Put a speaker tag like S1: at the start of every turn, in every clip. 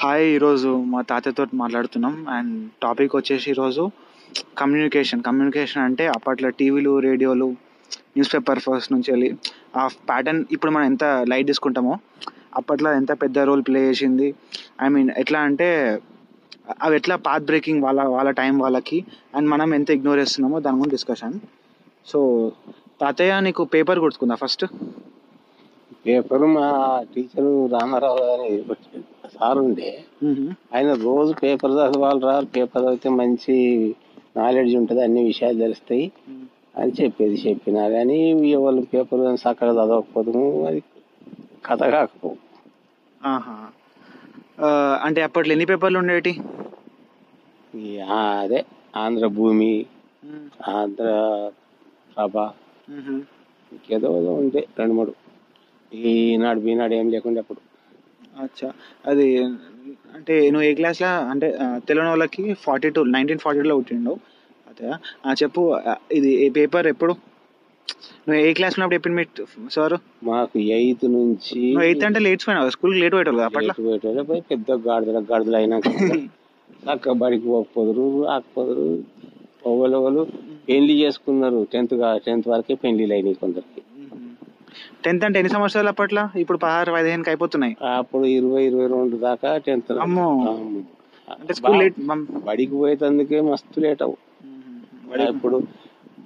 S1: Hi ఈరోజు మా తాతయ్యతో మాట్లాడుతున్నాం అండ్ టాపిక్ వచ్చేసి ఈరోజు కమ్యూనికేషన్ కమ్యూనికేషన్ అంటే అప్పట్లో టీవీలు రేడియోలు న్యూస్ పేపర్ ఫస్ట్ నుంచి వెళ్ళి ఆ ప్యాటర్న్ ఇప్పుడు మనం ఎంత లైట్ తీసుకుంటామో అప్పట్లో ఎంత పెద్ద రోల్ ప్లే చేసింది ఐ మీన్ ఎట్లా అంటే అవి ఎట్లా పాత్ బ్రేకింగ్ వాళ్ళ వాళ్ళ టైం వాళ్ళకి అండ్ మనం ఎంత ఇగ్నోర్ చేస్తున్నామో దాని గురించి డిస్కషన్ సో తాతయ్య నీకు పేపర్ గుర్తుకుందా ఫస్ట్
S2: పేపర్ మా టీచరు రామారావు అని సార్ ఉండే ఆయన రోజు పేపర్ చదవాలి రా పేపర్ చదివితే మంచి నాలెడ్జ్ ఉంటుంది అన్ని విషయాలు తెలుస్తాయి అని చెప్పేది చెప్పినా కానీ వాళ్ళు పేపర్ చక్కగా చదవకపోదు అది కథ కాకపో
S1: ఆహా ఆ, అంటే అప్పట్లో ఎన్ని పేపర్లు ఉండేటి
S2: ఈ ఆ- అదే ఆంధ్రభూమి ఆంధ్ర ప్రభ ఇంకేదో ఏదో ఉంటే రెండు మూడు ఈనాడు బీనాడు ఏం లేకుండా అప్పుడు
S1: అచ్చా అది అంటే నువ్వు ఏ క్లాస్లో అంటే ఆ, తెలంగాణ వాళ్ళకి ఫార్టీ టూ నైన్టీన్ ఫార్టీ టూలో పుట్టిండు అదే ఆ, చెప్పు ఆ, ఇది ఏ పేపర్ ఎప్పుడు నువ్వు ఏ క్లాస్ ఉన్నప్పుడు చెప్పింది మీ సార్
S2: మాకు ఎయిత్ నుంచి
S1: నువ్వు ఎయిత్ అంటే లేట్స్ పోయినావు స్కూల్కి లేట్ పోయేటోళ్ళు కదా అప్పట్లో
S2: ఎటు పోయేటోళ్ళే పోయి పెద్ద గాడిదల గాడిదలు అయినాక అక్క బడికి పోకపోదురు రాకపోదురు ఎవరెవరు పెళ్లి చేసుకున్నారు టెన్త్ టెన్త్ వరకే పెళ్లిలు అయినాయి కొందరికి
S1: టెన్త్ అంటే ఎన్ని సంవత్సరాలు అప్పట్లో ఇప్పుడు పదహారు పదిహేనుకి అయిపోతున్నాయి
S2: అప్పుడు ఇరవై ఇరవై రెండు దాకా టెన్త్
S1: అమ్మో. అంటే స్కూల్ లేట్ మమ్-
S2: బడికి పోయేటందుకే మస్తు లేట్ అవు ఇప్పుడు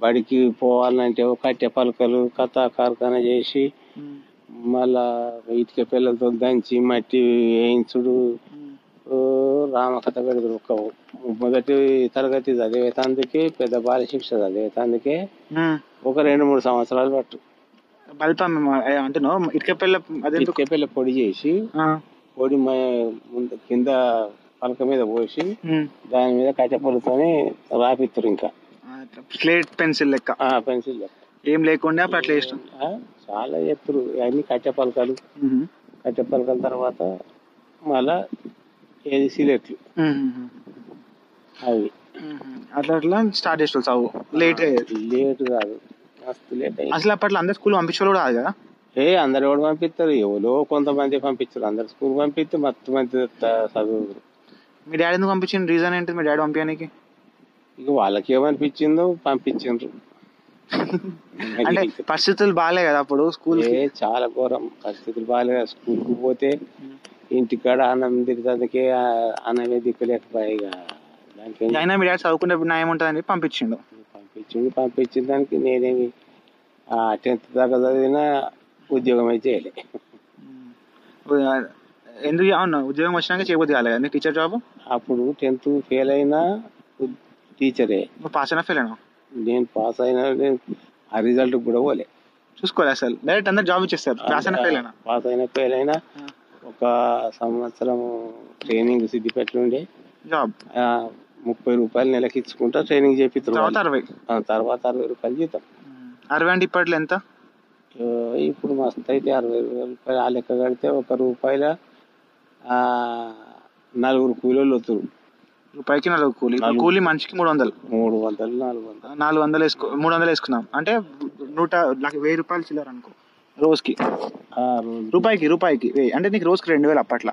S2: బడికి పోవాలంటే ఒక కట్టె పలకలు కథ కార్ఖానా చేసి మళ్ళా ఇటుక పిల్లలతో దంచి మట్టి వేయించుడు ఓ రామకథ పెడతారు ఒక మొదటి తరగతి చదివేతందుకే పెద్ద బాల శిక్ష చదివేతందుకే
S1: ఉమ్.
S2: ఒక రెండు మూడు సంవత్సరాలు పట్టు
S1: బల్పా మేము అంటున్నావు ఇటుక పిల్ల అదెందుకు
S2: ఇటుక పిల్ల పొడి చేసి
S1: ఆ,
S2: పొడి మ- ముందు కింద పలక మీద పోసి
S1: ఉమ్.
S2: దాని మీద కట్టెపొలతోని రాపిత్తురు ఇంకా
S1: ఆ, స్లేట్ పెన్సిల్ లెక్క
S2: ఆ పెన్సిల్
S1: ఏం లేకుండా అప్పుడు అట్లా ఇష్టం
S2: చాలా ఎత్తురు అన్ని కట్టె పలకలు కట్టె పలకల తర్వాత మళ్ళా ఏది సిలెట్లు అవి
S1: అట్లా అట్లా స్టార్ట్ చేస్తాం చదువు లేట్
S2: లేట్ కాదు మస్తు లేట్ అయ్యింది
S1: అసలు అప్పట్లో అందరు స్కూల్ పంపించేవాళ్ళు కూడా కాదు కదా
S2: ఏ అందరు ఎవరు పంపిస్తారు ఎవరో కొంతమంది పంపించారు అందరు స్కూల్ పంపిస్తే మొత్తం మంది చదువు
S1: మీ డాడీ ఎందుకు పంపించిన రీజన్ ఏంటి మీ డాడీ పంపించడానికి
S2: ఇక వాళ్ళకి ఏమనిపించిందో పంపించిండ్రు
S1: అంటే పరిస్థితులు బాగాలే కదా అప్పుడు స్కూల్
S2: ఏ చాలా ఘోరం పరిస్థితులు బాగాలేదు స్కూల్ కు పోతే ఇంటికాడ అన్నం తిరిగి అన్నమే దిక్కులేకపోయి ఇక దానికి ఏం
S1: అయినా మీ డాడీ చదువుకునేప్పుడు న్యాయం ఉంటుందని పంపించిండు
S2: పంపించిండు పంపించిన దానికి నేనేమి టెన్త్ దాకా చదివినా ఉద్యోగం అయితే చేయలే
S1: ఎందుకు అవును ఉద్యోగం వచ్చినాక చేయబోద్ది కాలేదు కదా టీచర్ జాబ్
S2: అప్పుడు టెన్త్ ఫెయిల్ అయినా ఉ- టీచరే
S1: నువ్వు పాస్ అయినా ఫెయిల్ అయినా
S2: నేను పాస్ అయినా నేను ఆ రిజల్ట్ కూడా పోలే
S1: చూసుకోవాలి అసలు డైరెక్ట్ అందరు జాబ్ ఇచ్చేస్తారు పాస్ అయినా ఫెయిల్ అయినా
S2: పాస్ అయినా ఫెయిల్ అయినా ఒక సంవత్సరం ట్రైనింగ్ సిద్దిపేట నుండి
S1: జాబ్
S2: ఆ, ముప్పై రూపాయలు నెలకి ఇచ్చుకుంటా ట్రైనింగ్
S1: తర్వాత
S2: చేపిస్తారు
S1: అరవై
S2: తర్వాత అరవై రూపాయలు జీతం
S1: అరవై అంటే ఇప్పట్లో ఎంత
S2: ఆ, ఇప్పుడు మస్తు అయితే అరవై రూపాయలు ఆ లెక్క కడితే ఒక రూపాయల ఆ, నలుగురు కూలీలు వస్తారు
S1: రూపాయికి నాలుగు కూలి ఇప్పుడు
S2: నాలుగు.
S1: కూలి మనిషికి మూడు వందలు
S2: మూడు వందలు నాలుగు వందలు
S1: నాలుగు వందలు వేసుకో మూడు వందలు వేసుకున్నాం అంటే నూట నాకు వెయ్యి రూపాయలు చిల్లర అనుకో రోజుకి
S2: ఆ రోజు
S1: రూపాయికి రూపాయికి వెయ్యి అంటే నీకు రోజుకి రెండు వేలు అప్పట్లో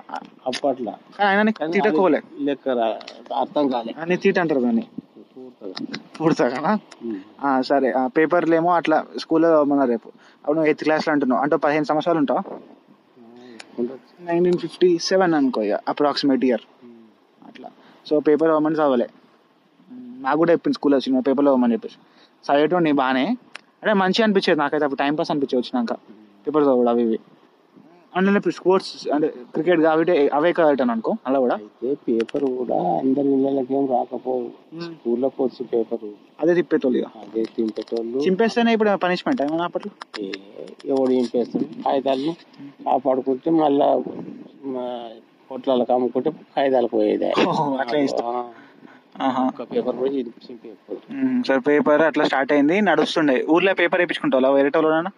S2: అప్పట్లో
S1: కానీ ఆయన నీకు
S2: కానీ
S1: తీట
S2: అది
S1: కోలే
S2: లెక్క రా- అర్థం కాలే
S1: అని తీట అంటారు దాన్ని
S2: పూర్తిగా.
S1: పుడతాగా సరే ఆ పేపర్లు ఏమో అట్లా స్కూల్లో మన రేపు అప్పుడు నువ్వు ఎయిత్ క్లాస్లో అంటున్నావు అంటే పదిహేను సంవత్సరాలు ఉంటావు
S2: ఉండొచ్చు.
S1: నైన్టీన్ ఫిఫ్టీ సెవెన్ అనుకో ఇక అప్రాక్సిమేట్ ఇయర్ అట్లా సో పేపర్ ఇవ్వమని చదవలే మ్మ్. నాకు కూడా చెప్పింది స్కూల్లో వచ్చిన పేపర్లో ఇవ్వమని చెప్పేసి చదివేటోండి బాగానే అంటే మంచిగా అనిపించేది నాకైతే అప్పుడు టైం పాస్ అనిపించేది వచ్చినాక పేపర్ చదవడం అవి ఇవి అంటే ఇప్పుడు స్పోర్ట్స్ అంటే క్రికెట్ కాబట్టి అవే కావటం అనుకో అలా కూడా
S2: అయితే పేపర్ కూడా అందరి ఇళ్ళకి ఏం రాకపోవు స్కూళ్ళకి వచ్చి పేపర్
S1: అదే తిప్పేటోళ్ళు ఇక
S2: అదే తింపేటోళ్ళు
S1: చింపేస్తేనే ఇప్పుడు పనిష్మెంట్ ఏమైనా అప్పట్లో
S2: ఏ- ఎవడు ఏం చేస్తాడు కాగితాలను కాపాడుకుంటే మళ్ళా మా పొట్లాలకు అమ్ముకుంటే కాగితాలు పోయేది
S1: ఓహో, అట్లా ఇష్టం.
S2: ఆ, ఒక్క పేపర్ కూడా ఇన్ఫెక్షన్ పేపర్
S1: మ్మ్. సరే పేపర్ అట్లా స్టార్ట్ అయింది నడుస్తుండే ఊర్లో పేపర్ వేయించుకుంటావు వేరే వాళ్ళనా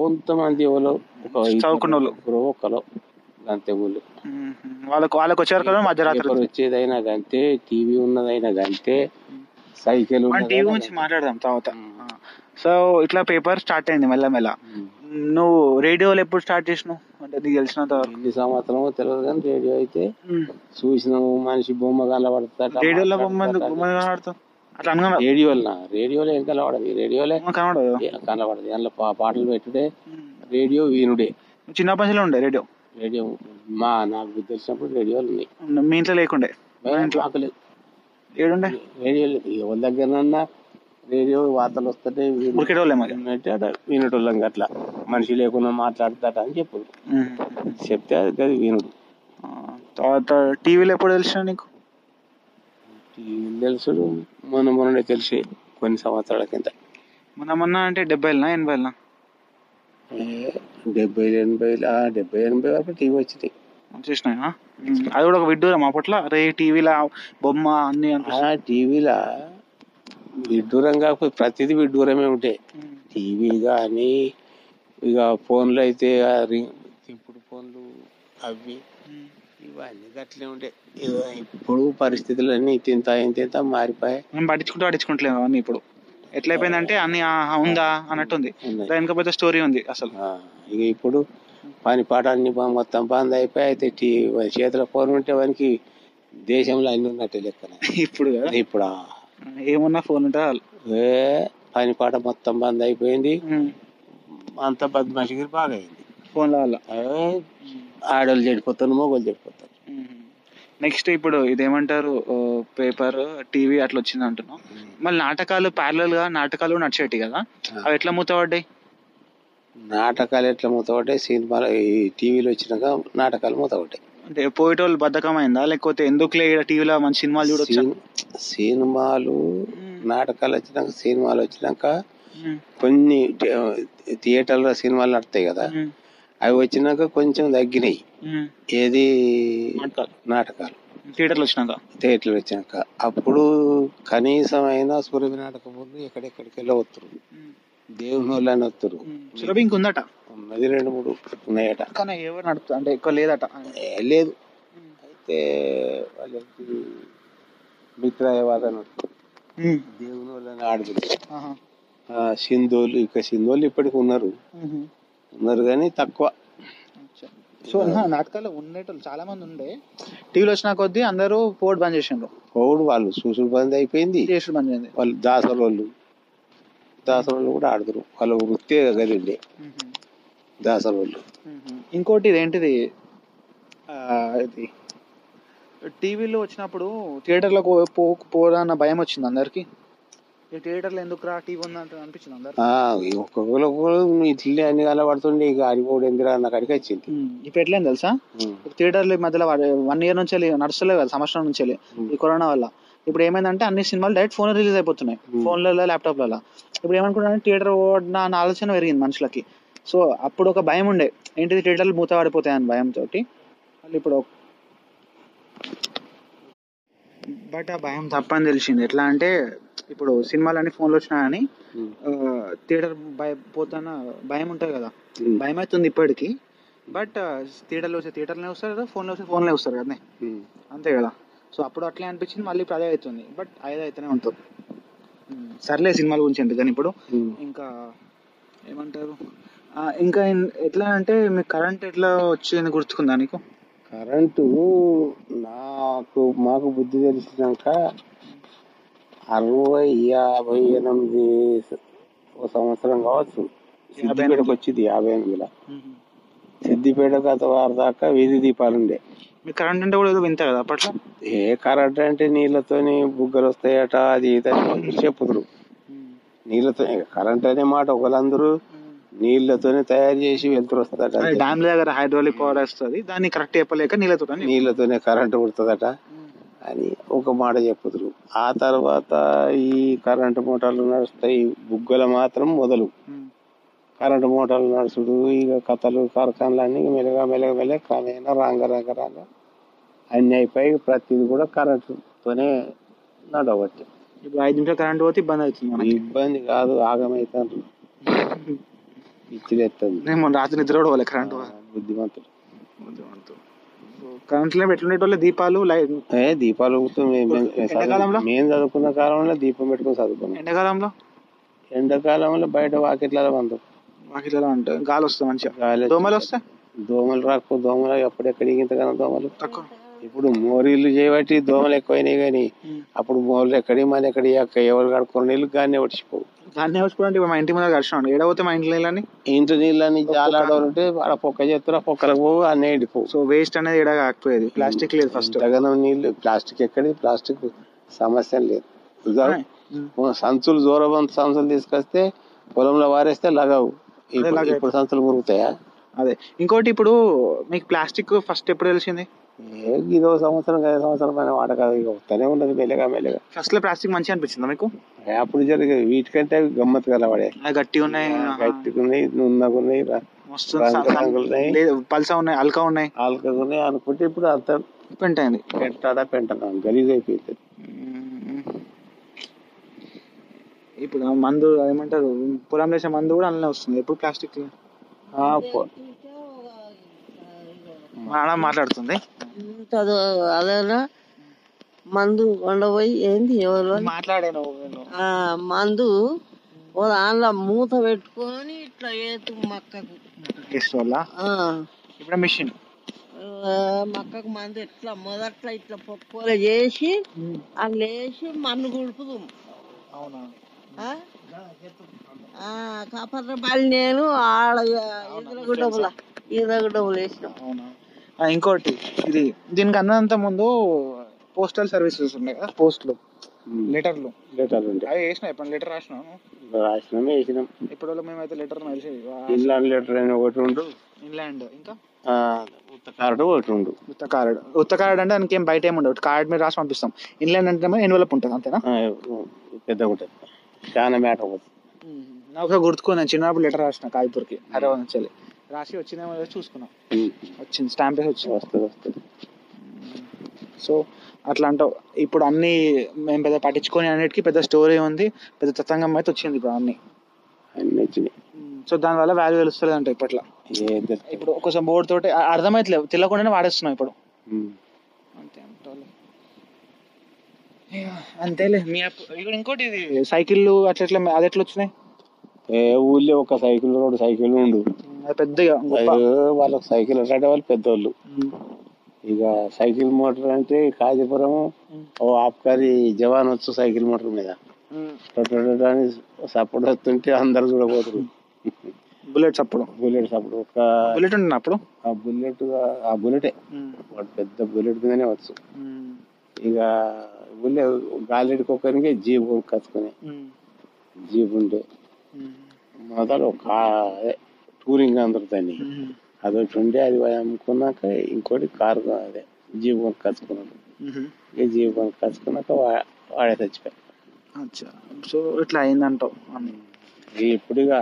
S2: కొంతమంది ఎవరో ఒక ఇద్దరు,
S1: చదువుకున్నోళ్ళు.
S2: ముగ్గురు, ఒకరు గంతే ఊళ్ళు
S1: వాళ్ళకు వాళ్ళకి వచ్చారు కదా మధ్యరాత్రి
S2: పేపర్ వచ్చేదైనా గంతే టీవీ ఉన్నదైనా గంతే సైకిల్
S1: మన టీవీ
S2: ఉన్నదైనా
S1: గురించి మాట్లాడదాం తర్వాత
S2: మ్మ్.
S1: ఆ. సో ఇట్లా పేపర్ స్టార్ట్ అయింది మెల్లమెల్ల
S2: గంతే.
S1: నువ్వు రేడియోలు ఎప్పుడు స్టార్ట్ చేసినావు అంటే నీకు తెలిసినంత వరకు
S2: ఎన్ని సంవత్సరమో తెలియదు కానీ రేడియో అయితే చూసిన మనిషి బొమ్మ కనబడతాట
S1: రేడియోలో బొమ్మ ఎందుకు బొమ్మ కనబడతాం అట్లా అనుకున్నా
S2: రేడియోలో రేడియోలో ఏం కనబడదు రేడియోలే
S1: బొమ్మ కనబడదు
S2: ఏ- కనబడదు అందులో పా- పాటలు పెట్టుడే రేడియో వినుడే
S1: చిన్న పనిలో ఉండే రేడియో
S2: రేడియో మా నాకు తెలిసినప్పుడు రేడియోలు ఉన్నాయి
S1: మీ ఇంట్లో లేకుండే
S2: మాకు లేదు.
S1: ఏడుండే
S2: రేడియో లేదు. ఎవరి దగ్గరనన్నా రేడియో వార్తలు వస్తుంటే
S1: ఉరికేటోళ్ళే మరి
S2: అంటే అట వినటోళ్ళం అట్లా మనిషి లేకుండా మాట్లాడతాట అని చెప్పు చెప్తే అది కాదు వినుడు
S1: ఆ, తర్వాత టీవీలో ఎప్పుడు తెలిసిన నీకు
S2: ఈ తెలుసు మొన్న మొన్ననే తెలిసి కొన్ని సంవత్సరాల కింద
S1: మొన్న మొన్న అంటే డెబ్బైలనా ఎనభైలనా
S2: ఏ, డెబ్బై ఎనభై ఆ, డెబ్బై ఎనభై వరకు టీవీ వచ్చింది
S1: చూసినాయా అది కూడా ఒక విడ్డూరం అప్పట్లో రే టీవీలో బొమ్మ అన్ని
S2: ఆ టీవీలో విడ్డూరం కాకపోతే ప్రతిదీ విడ్డూరమే ఉంటాయి
S1: అనిపిస్తుంది
S2: టీవీ కానీ ఇక ఫోన్లు అయితే ఆ రింగ్ ఇప్పుడు ఫోన్లు అవి ఇవన్నీ అట్లే ఉండే ఇక ఇప్పుడు పరిస్థితులన్నీ ఇంత ఇంత మారిపోయాయి
S1: మేము పట్టించుకుంటూ పట్టించుకుంటలేము అవన్నీ ఇప్పుడు ఎట్లయిపోయిందంటే అన్ని ఆహా, ఉందా అన్నట్టుంది
S2: ఉన్నాయి.
S1: దానికి పెద్ద స్టోరీ ఉంది అసలు
S2: ఆ, ఇక ఇప్పుడు పని పాట అన్ని బా- మొత్తం బంద్ అయిపోయి అయితే టీ- వాడి చేతిలో ఫోన్ ఉంటే వానికి దేశంలో అన్ని ఉన్నట్టు లెక్కన
S1: ఇప్పుడు కదా
S2: ఇప్పుడు ఆ
S1: ఏమున్నా ఫోన్ ఉంటుంది చాలు.
S2: ఏ పని పాట మొత్తం బంద్ అయిపోయింది
S1: ఉమ్,
S2: అంత బద్మాషిగిరి బాగా అయింది
S1: ఫోన్ల వల్ల
S2: ఏ, ఆడోళ్ళు చెడిపోతారు మొగోళ్ళు చెడిపోతారు
S1: నెక్స్ట్ ఇప్పుడు ఇదేమంటారు పేపర్ టీవీ అట్లా వచ్చింది అంటున్నాం మళ్ళీ నాటకాలు ప్యారలల్ గా నాటకాలు నడిచేటి కదా అవి ఎట్లా మూతపడ్డాయి
S2: నాటకాలు ఎట్లా మూతపడ్డాయి సినిమాలు ఈ టీవీలో వచ్చినాక నాటకాలు మూతపడ్డాయి
S1: అంటే పోయేటోళ్ళు బద్ధకమైందా లేకపోతే ఎందుకులే ఇక్కడ టీవీలో మంచి సినిమాలు చూడొచ్చు
S2: సిన్- సినిమాలు నాటకాలు వచ్చినాక సినిమాలు వచ్చినాక కొన్ని థి- థియేటర్లో సినిమాలు నడతాయి కదా అవి వచ్చినాక కొంచెం తగ్గినాయి ఏది
S1: నాటకాలు
S2: నాటకాలు
S1: థియేటర్లు వచ్చినాక
S2: థియేటర్లు వచ్చినాక అప్పుడు కనీసం అయినా సూర్యవి నాటకం ముందు ఎక్కడెక్కడికి వెళ్ళి వస్తారు దేవుని అని వస్తారు
S1: సులభి ఇంక ఉందట
S2: ఉన్నది రెండు మూడు ఉన్నాయట
S1: కానీ ఎవరు నడుపుతా అంటే ఎక్కువ లేదట
S2: ఏ లేదు అయితే వాళ్ళకి మిత్రాయవాదం దేవుని వాళ్ళని ఆడదు
S1: ఆహా.
S2: సింధువులు ఇక సింధువులు ఇప్పటికి ఉన్నారు
S1: ఉమ్.
S2: ఉన్నారు కానీ తక్కువ
S1: అచ్చా. సో నా- నాటకాల్లో ఉండేటోళ్ళు చాలా మంది ఉండే టీవీలో వచ్చిన కొద్దీ అందరూ పోటీ బంద్ చేసిండ్రు
S2: పోవుడు వాళ్ళు చూసుడు బంద్ అయిపోయింది
S1: చేసుడు బంద్ చేయండి
S2: వాళ్ళు దాసరోళ్ళు దాసరోళ్ళు కూడా ఆడదురు వాళ్ళ వృత్తే గది ఉండే దాసరోళ్ళు
S1: ఇంకోటి ఇదేంటిది ఆ, ఇది టీవీలో వచ్చినప్పుడు థియేటర్లకు పో పోదన్న భయం వచ్చింది అందరికి ఈ థియేటర్లో ఎందుకు రా టీవీ ఉందంటే అనిపించింది అందరికి
S2: ఆ, ఈ ఒక్కొక్కరు ఒక్కొక్కరు ఇట్లే అన్ని కలబడుతుండే ఇక ఆడిపోడు ఎందుకురా అన్న కడికి వచ్చింది
S1: ఇప్పుడు ఎట్లేం తెలుసా
S2: ఉమ్.
S1: థియేటర్లు ఈ మధ్యలో వన్ ఇయర్ నుంచి నడుస్తలేవు కదా సంవత్సరం నుంచి ఈ కరోనా వల్ల ఇప్పుడు ఏమైందంటే అన్ని సినిమాలు డైరెక్ట్ ఫోన్ రిలీజ్ అయిపోతున్నాయి ఫోన్లలో ల్యాప్టాప్లలో ఇప్పుడు ఏమనుకుంటున్నా థియేటర్ పోవడం అన్న ఆలోచన పెరిగింది మనుషులకి సో అప్పుడు ఒక భయం ఉండే ఏంటిది థియేటర్లు మూత పడిపోతాయి అని భయంతో వాళ్ళు ఇప్పుడు బట్ ఆ భయం తప్పని తెలిసింది ఎట్లా అంటే ఇప్పుడు సినిమాలు అన్ని ఫోన్లో వచ్చినాయని
S2: ఉమ్.
S1: ఆ, థియేటర్ భయ పోతాన భయం ఉంటుంది కదా
S2: ఉమ్.
S1: భయం అవుతుంది ఇప్పటికీ బట్ థియేటర్లో వచ్చే థియేటర్లోనే వస్తారు ఫోన్లో వచ్చే ఫోన్లో వస్తారు కదా
S2: ఉమ్.
S1: అంతే కదా సో అప్పుడు అట్లే అనిపించింది మళ్ళీ ఇప్పుడు అదే అవుతుంది బట్ అదే అయితేనే ఉంటుంది ఉమ్, సర్లే సినిమాల గురించి ఎందుకని ఇప్పుడు
S2: ఉమ్.
S1: ఇంకా ఏమంటారు ఆ, ఇంకా ఇన్- ఎట్లా అంటే మీ కరెంట్ ఎట్లా వచ్చింది గుర్తుకుందా నీకు
S2: కరెంటు నాకు మాకు బుద్ధి తెలిసినాక అరవై యాభై ఎనిమిది ఒక సంవత్సరం కావచ్చు సిద్దిపేటకు వచ్చింది యాభై ఎనిమిదిలో సిద్దిపేట గత వారి దాకా వీధి దీపాలు ఉండే
S1: మీ కరెంట్ అంటే కూడా ఏదో వింత కదా అప్పట్లో
S2: ఏ కరెంట్ అంటే నీళ్ళతోని బుగ్గలు వస్తాయట అది ఇదని చెప్పుతురు నీళ్ళతో కరెంట్ అనే మాట ఒకళ్ళందరూ నీళ్ళతోనే తయారు చేసి వెళ్తురు వస్తుందట
S1: అదే డ్యామ్ దగ్గర హైడ్రాలిక్ పవర్ వస్తుంది దాన్ని కరెక్ట్ చెప్పలేక నీళ్ళతో
S2: నీళ్ళతోనే కరెంటు పుడుతుందట అని ఒక మాట చెప్పుదురు ఆ తర్వాత ఈ కరెంటు మోటార్లు నడుస్తాయి బుగ్గలు మాత్రం మొదలు కరెంటు మోటార్లు నడుచుడు ఇక కథలు కార్ఖానలు అన్నీ మెల్లగా మెల్లగా మెల్లగా క్రమేణా రాంగ రాంగ రాంగ అన్నీ అయిపోయి ప్రతిది కూడా కరెంటుతోనే నడవచ్చు
S1: ఇప్పుడు ఐదు నిమిషాలు కరెంట్ పోతే ఇబ్బంది అవుతుంది మనకి
S2: ఇబ్బంది కాదు ఆగమవుతారు ఇచ్చిలేస్తుంది
S1: నేను మొన్న రాత్రి నిద్ర కూడా పోలే కరెంట్
S2: బుద్ధిమంతులు
S1: కరెంట్ లేని పెట్టుకునేటోళ్ళే దీపాలు లైట్
S2: ఏ దీపాలు ఊగుతూ మే- మే- మే-
S1: ఎండాకాలంలో?
S2: మేము చదువుకున్న కాలంలో దీపం పెట్టుకుని చదువుకున్నాం
S1: ఎండాకాలంలో
S2: ఎండాకాలంలో బయట వాకిట్లలో వంద
S1: వాకిట్లో ఉంటాయి గాలి వస్తుంది మంచిగా
S2: గాలి
S1: దోమలు వస్తాయి
S2: దోమలు రాకు దోమలు ఎప్పుడెక్కడ ఇంతకన్నా దోమలు
S1: తక్కువ
S2: ఇప్పుడు మోరీలు చేయబట్టి దోమలు ఎక్కువైనాయి కానీ
S1: మ్మ్.
S2: అప్పుడు మోర్లు ఎక్కడి మన ఎక్కడి అక్క ఎవరు కడుక్కున్న నీళ్ళు కానీ పట్టించిపోవు
S1: దాన్ని ఎవరుకోండి మా ఇంటి ముందర కలిసినాడు ఏడవతే మా ఇంట్లో వెళ్ళని
S2: ఇంటి నీళ్ళని చాలా ఉంటే ఆడ పొక్క చేస్తారు ఆ పొక్కలకు పోవు అన్నీ ఎండిపోవు
S1: సో వేస్ట్ అనేది ఏడా కాకపోయేది ప్లాస్టిక్ లేదు ఫస్ట్
S2: గగనం నీళ్ళు ప్లాస్టిక్ ఎక్కడి ప్లాస్టిక్ సమస్య లేదు ఇదిగో, ఓ సంచులు జోరబంత సంచులు తీసుకొస్తే పొలంలో వారేస్తే లగవు ఇప్పుడు-
S1: లగవు.
S2: ఇప్పుడు సంచులు మురుగుతాయా
S1: అదే ఇంకోటి ఇప్పుడు మీకు ప్లాస్టిక్ ఫస్ట్ ఎప్పుడు తెలిసింది
S2: ఏ ఇదో సంవత్సరం కదా సంవత్సరం పైన వాడకాదు ఇక వస్తూనే ఉండదు మెల్లగా మెల్లగా
S1: ఫస్ట్ లో ప్లాస్టిక్ మంచిగా అనిపించిందా మీకు
S2: ఏ అప్పుడు జరిగే వీటికంటే గమ్మత్ కదా వాడే
S1: అవి గట్టిగా ఉన్నాయి
S2: గట్టుకున్నాయి నున్నగున్నాయి
S1: మస్తు సా-
S2: రంగు- రంగులు ఉన్నాయి.
S1: లేదు పల్సా ఉన్నాయి అల్కా ఉన్నాయి
S2: ఆల్కగున్నాయి అనుకుంటే ఇప్పుడు అంత
S1: పెంట అయింది
S2: పెంటాడా పెంటనా గలీజ్ అయిపోయింది
S1: ఇప్పుడు ఆ మందు ఏమంటారు పొలం వేసే మందు కూడా అలానే వస్తుంది ఎప్పుడు ప్లాస్టిక్
S2: ఆ పో-
S1: ఆడ మాట్లాడుతుంది
S3: ఇంత అదో- అదేనా మందు కొండపోయి ఏంది ఎవరో
S1: మాట్లాడాను
S3: ఆ మందు ఓ దానిలో మూత పెట్టుకొని ఇట్లా ఏతు మక్కకు
S1: టేస్ట్ వల్ల
S3: ఆ,
S1: ఇప్పుడు మిషన్
S3: ఆ, మక్కకు మందు ఇట్లా మొదట్లో ఇట్లా పొక్కుల చేసి అందులో వేసి మన్ను గుడుపుదాం
S1: అవునా
S3: కాపర్ర బాలి నేను ఆడ ఎదురుగుడ్డముల ఎదురుగుడ్డములు వేసినాం
S1: అవునా ఆ, ఇంకోటి ఇది దీనికి అన్నంత ముందు పోస్టల్ సర్వీసెస్ ఉన్నాయి కదా పోస్ట్లు
S2: ఉమ్,
S1: లెటర్లు
S2: లెటర్ ఉండే
S1: అవి వేసిన ఇప్పుడు లెటర్ రాసినాను
S2: రాసినాం వేసినాం
S1: ఇప్పుడు వాళ్ళు మేమైతే లెటర్ మనిషి
S2: ఇన్లాండ్ లెటర్ అని ఒకటి ఉండు
S1: ఇన్లాండ్ ఇంకా
S2: ఆ, ఉత్త కార్డు ఒకటి ఉండు
S1: ఉత్త కార్డ్ ఉత్త కార్డ్ అంటే దానికి ఏం బయట ఏమి ఉండదు కార్డ్ మీద రాసి పంపిస్తాం ఇన్లాండ్ అంటే ఎన్వలప్ ఉంటుంది అంతేనా
S2: ఆ, పెద్దగా ఉంటుంది చాలా మ్యాటర్ అవుతుంది
S1: నాకు గుర్తుకున్నాను నేను చిన్నప్పుడు లెటర్ రాసిన కాయపూర్కి హైదరాబాద్ నుంచి వెళ్ళి. రాసి వచ్చిందేమో లేదో చూసుకున్నాం వచ్చింది స్టాంప్ వేసి వచ్చింది
S2: వస్తుంది వస్తుంది
S1: సో అట్లా అంటావు ఇప్పుడు అన్ని మేము పెద్ద పట్టించుకొని అన్నిటికీ పెద్ద స్టోరీ ఉంది పెద్ద తతంగం అయితే వచ్చింది ఇప్పుడు అన్ని
S2: అన్ని వచ్చినాయి
S1: సో దానివల్ల వాల్యూ తెలుస్తలేదు అంటే ఇప్పట్లో
S2: ఏ దొరకదు.
S1: ఇప్పుడు కొంచెం బోర్డు తోటి అ- అర్థమైతలేదు తెలియకుండానే వాడేస్తున్నాం ఇప్పుడు
S2: ఉమ్.
S1: అంతే అంటాలే. అంతేలే మీ అప్పు- ఇక్కడ ఇంకోటి ఇది సైకిళ్ళు అట్లా ఇట్లా అది ఎట్లా వచ్చినాయి
S2: ఏ ఊళ్ళో ఒక సైకిల్ రెండు సైకిల్ ఉండు
S1: అది పెద్దగా గొప్ప
S2: అయ్యో, వాళ్ళకి సైకిల్ అంటే వాళ్ళు పెద్దోళ్ళు ఇక సైకిల్ మోటార్ అంటే కాజీపురం ఓ ఆబ్కారి జవాన్ వచ్చు సైకిల్ మోటార్ మీద అని సపోర్ట్ వస్తుంటే అందరు చూడబోతురు
S1: బుల్లెట్స్ అప్పుడు
S2: బుల్లెట్ సపోర్ట్ ఒక
S1: బుల్లెట్ ఉండే అప్పుడు
S2: ఆ బుల్లెట్ ఆ బుల్లెటే వాడు పెద్ద బుల్లెట్ మీదనే వచ్చు ఇక ఊళ్ళో గాలిడికి ఒక్కరికి జీప్ కత్తుకునే జీప్ ఉండే మొదలు ఒక అదే టూరింగ్ అందరు దాన్ని అదొకటి ఉండే అది అమ్ముకున్నాక ఇంకోటి కారు అదే జీప్ కట్టుకున్నాడు ఇక జీప్ కట్టుకున్నాక వా- వాడే చచ్చిపోయాడు
S1: అచ్చా సో ఇట్లా అయిందంటావు అన్ని.
S2: ఇక ఇప్పుడు ఇక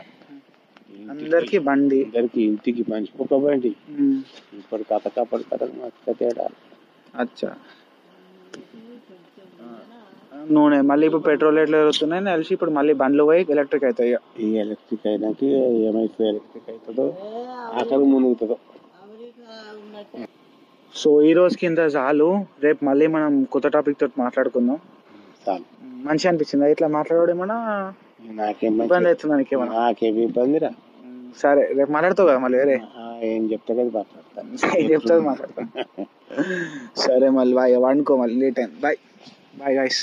S1: అందరికీ బండి
S2: ఇద్దరికి ఇంటికి మనిషి ఒక బండి ఇప్పుడు కథ కాపాడు కథ మాకు తేడా
S1: అచ్చా నూనె మళ్ళీ ఇప్పుడు పెట్రోల్ ఎట్లా పెరుగుతున్నాయి తెలిసి ఇప్పుడు మళ్ళీ బండ్లు పోయి ఎలక్ట్రిక్ అవుతాయి ఇక.
S2: ఈ ఎలక్ట్రిక్ అయినాక ఏమైతుంది ఎలక్ట్రిక్ అవుతుందో ఆకలి మునుగుతుందో
S3: అమెరికా ఉన్నట్టు
S1: సో ఈ రోజు కింద చాలు రేపు మళ్ళీ మనం కొత్త టాపిక్ తోటి మాట్లాడుకుందాం
S2: చాలు
S1: మంచిగా అనిపించిందా ఇట్లా మాట్లాడడం ఏమన్నా
S2: నాకేం
S1: ఇబ్బంది
S2: మంచి-
S1: అవుతుంది నీకేమన్నా
S2: నాకేమి ఇబ్బందిరా
S1: సరే రేపు మాట్లాడతావు కదా మళ్ళీ వేరే
S2: ఆ, ఏం చెప్తా కదా మాట్లాడతాను
S1: ఏం చెప్తావు మాట్లాడతాం సరే మళ్ళీ బాయ్ వండుకో మళ్ళీ లేట్ అయింది బాయ్ బాయ్ గైస్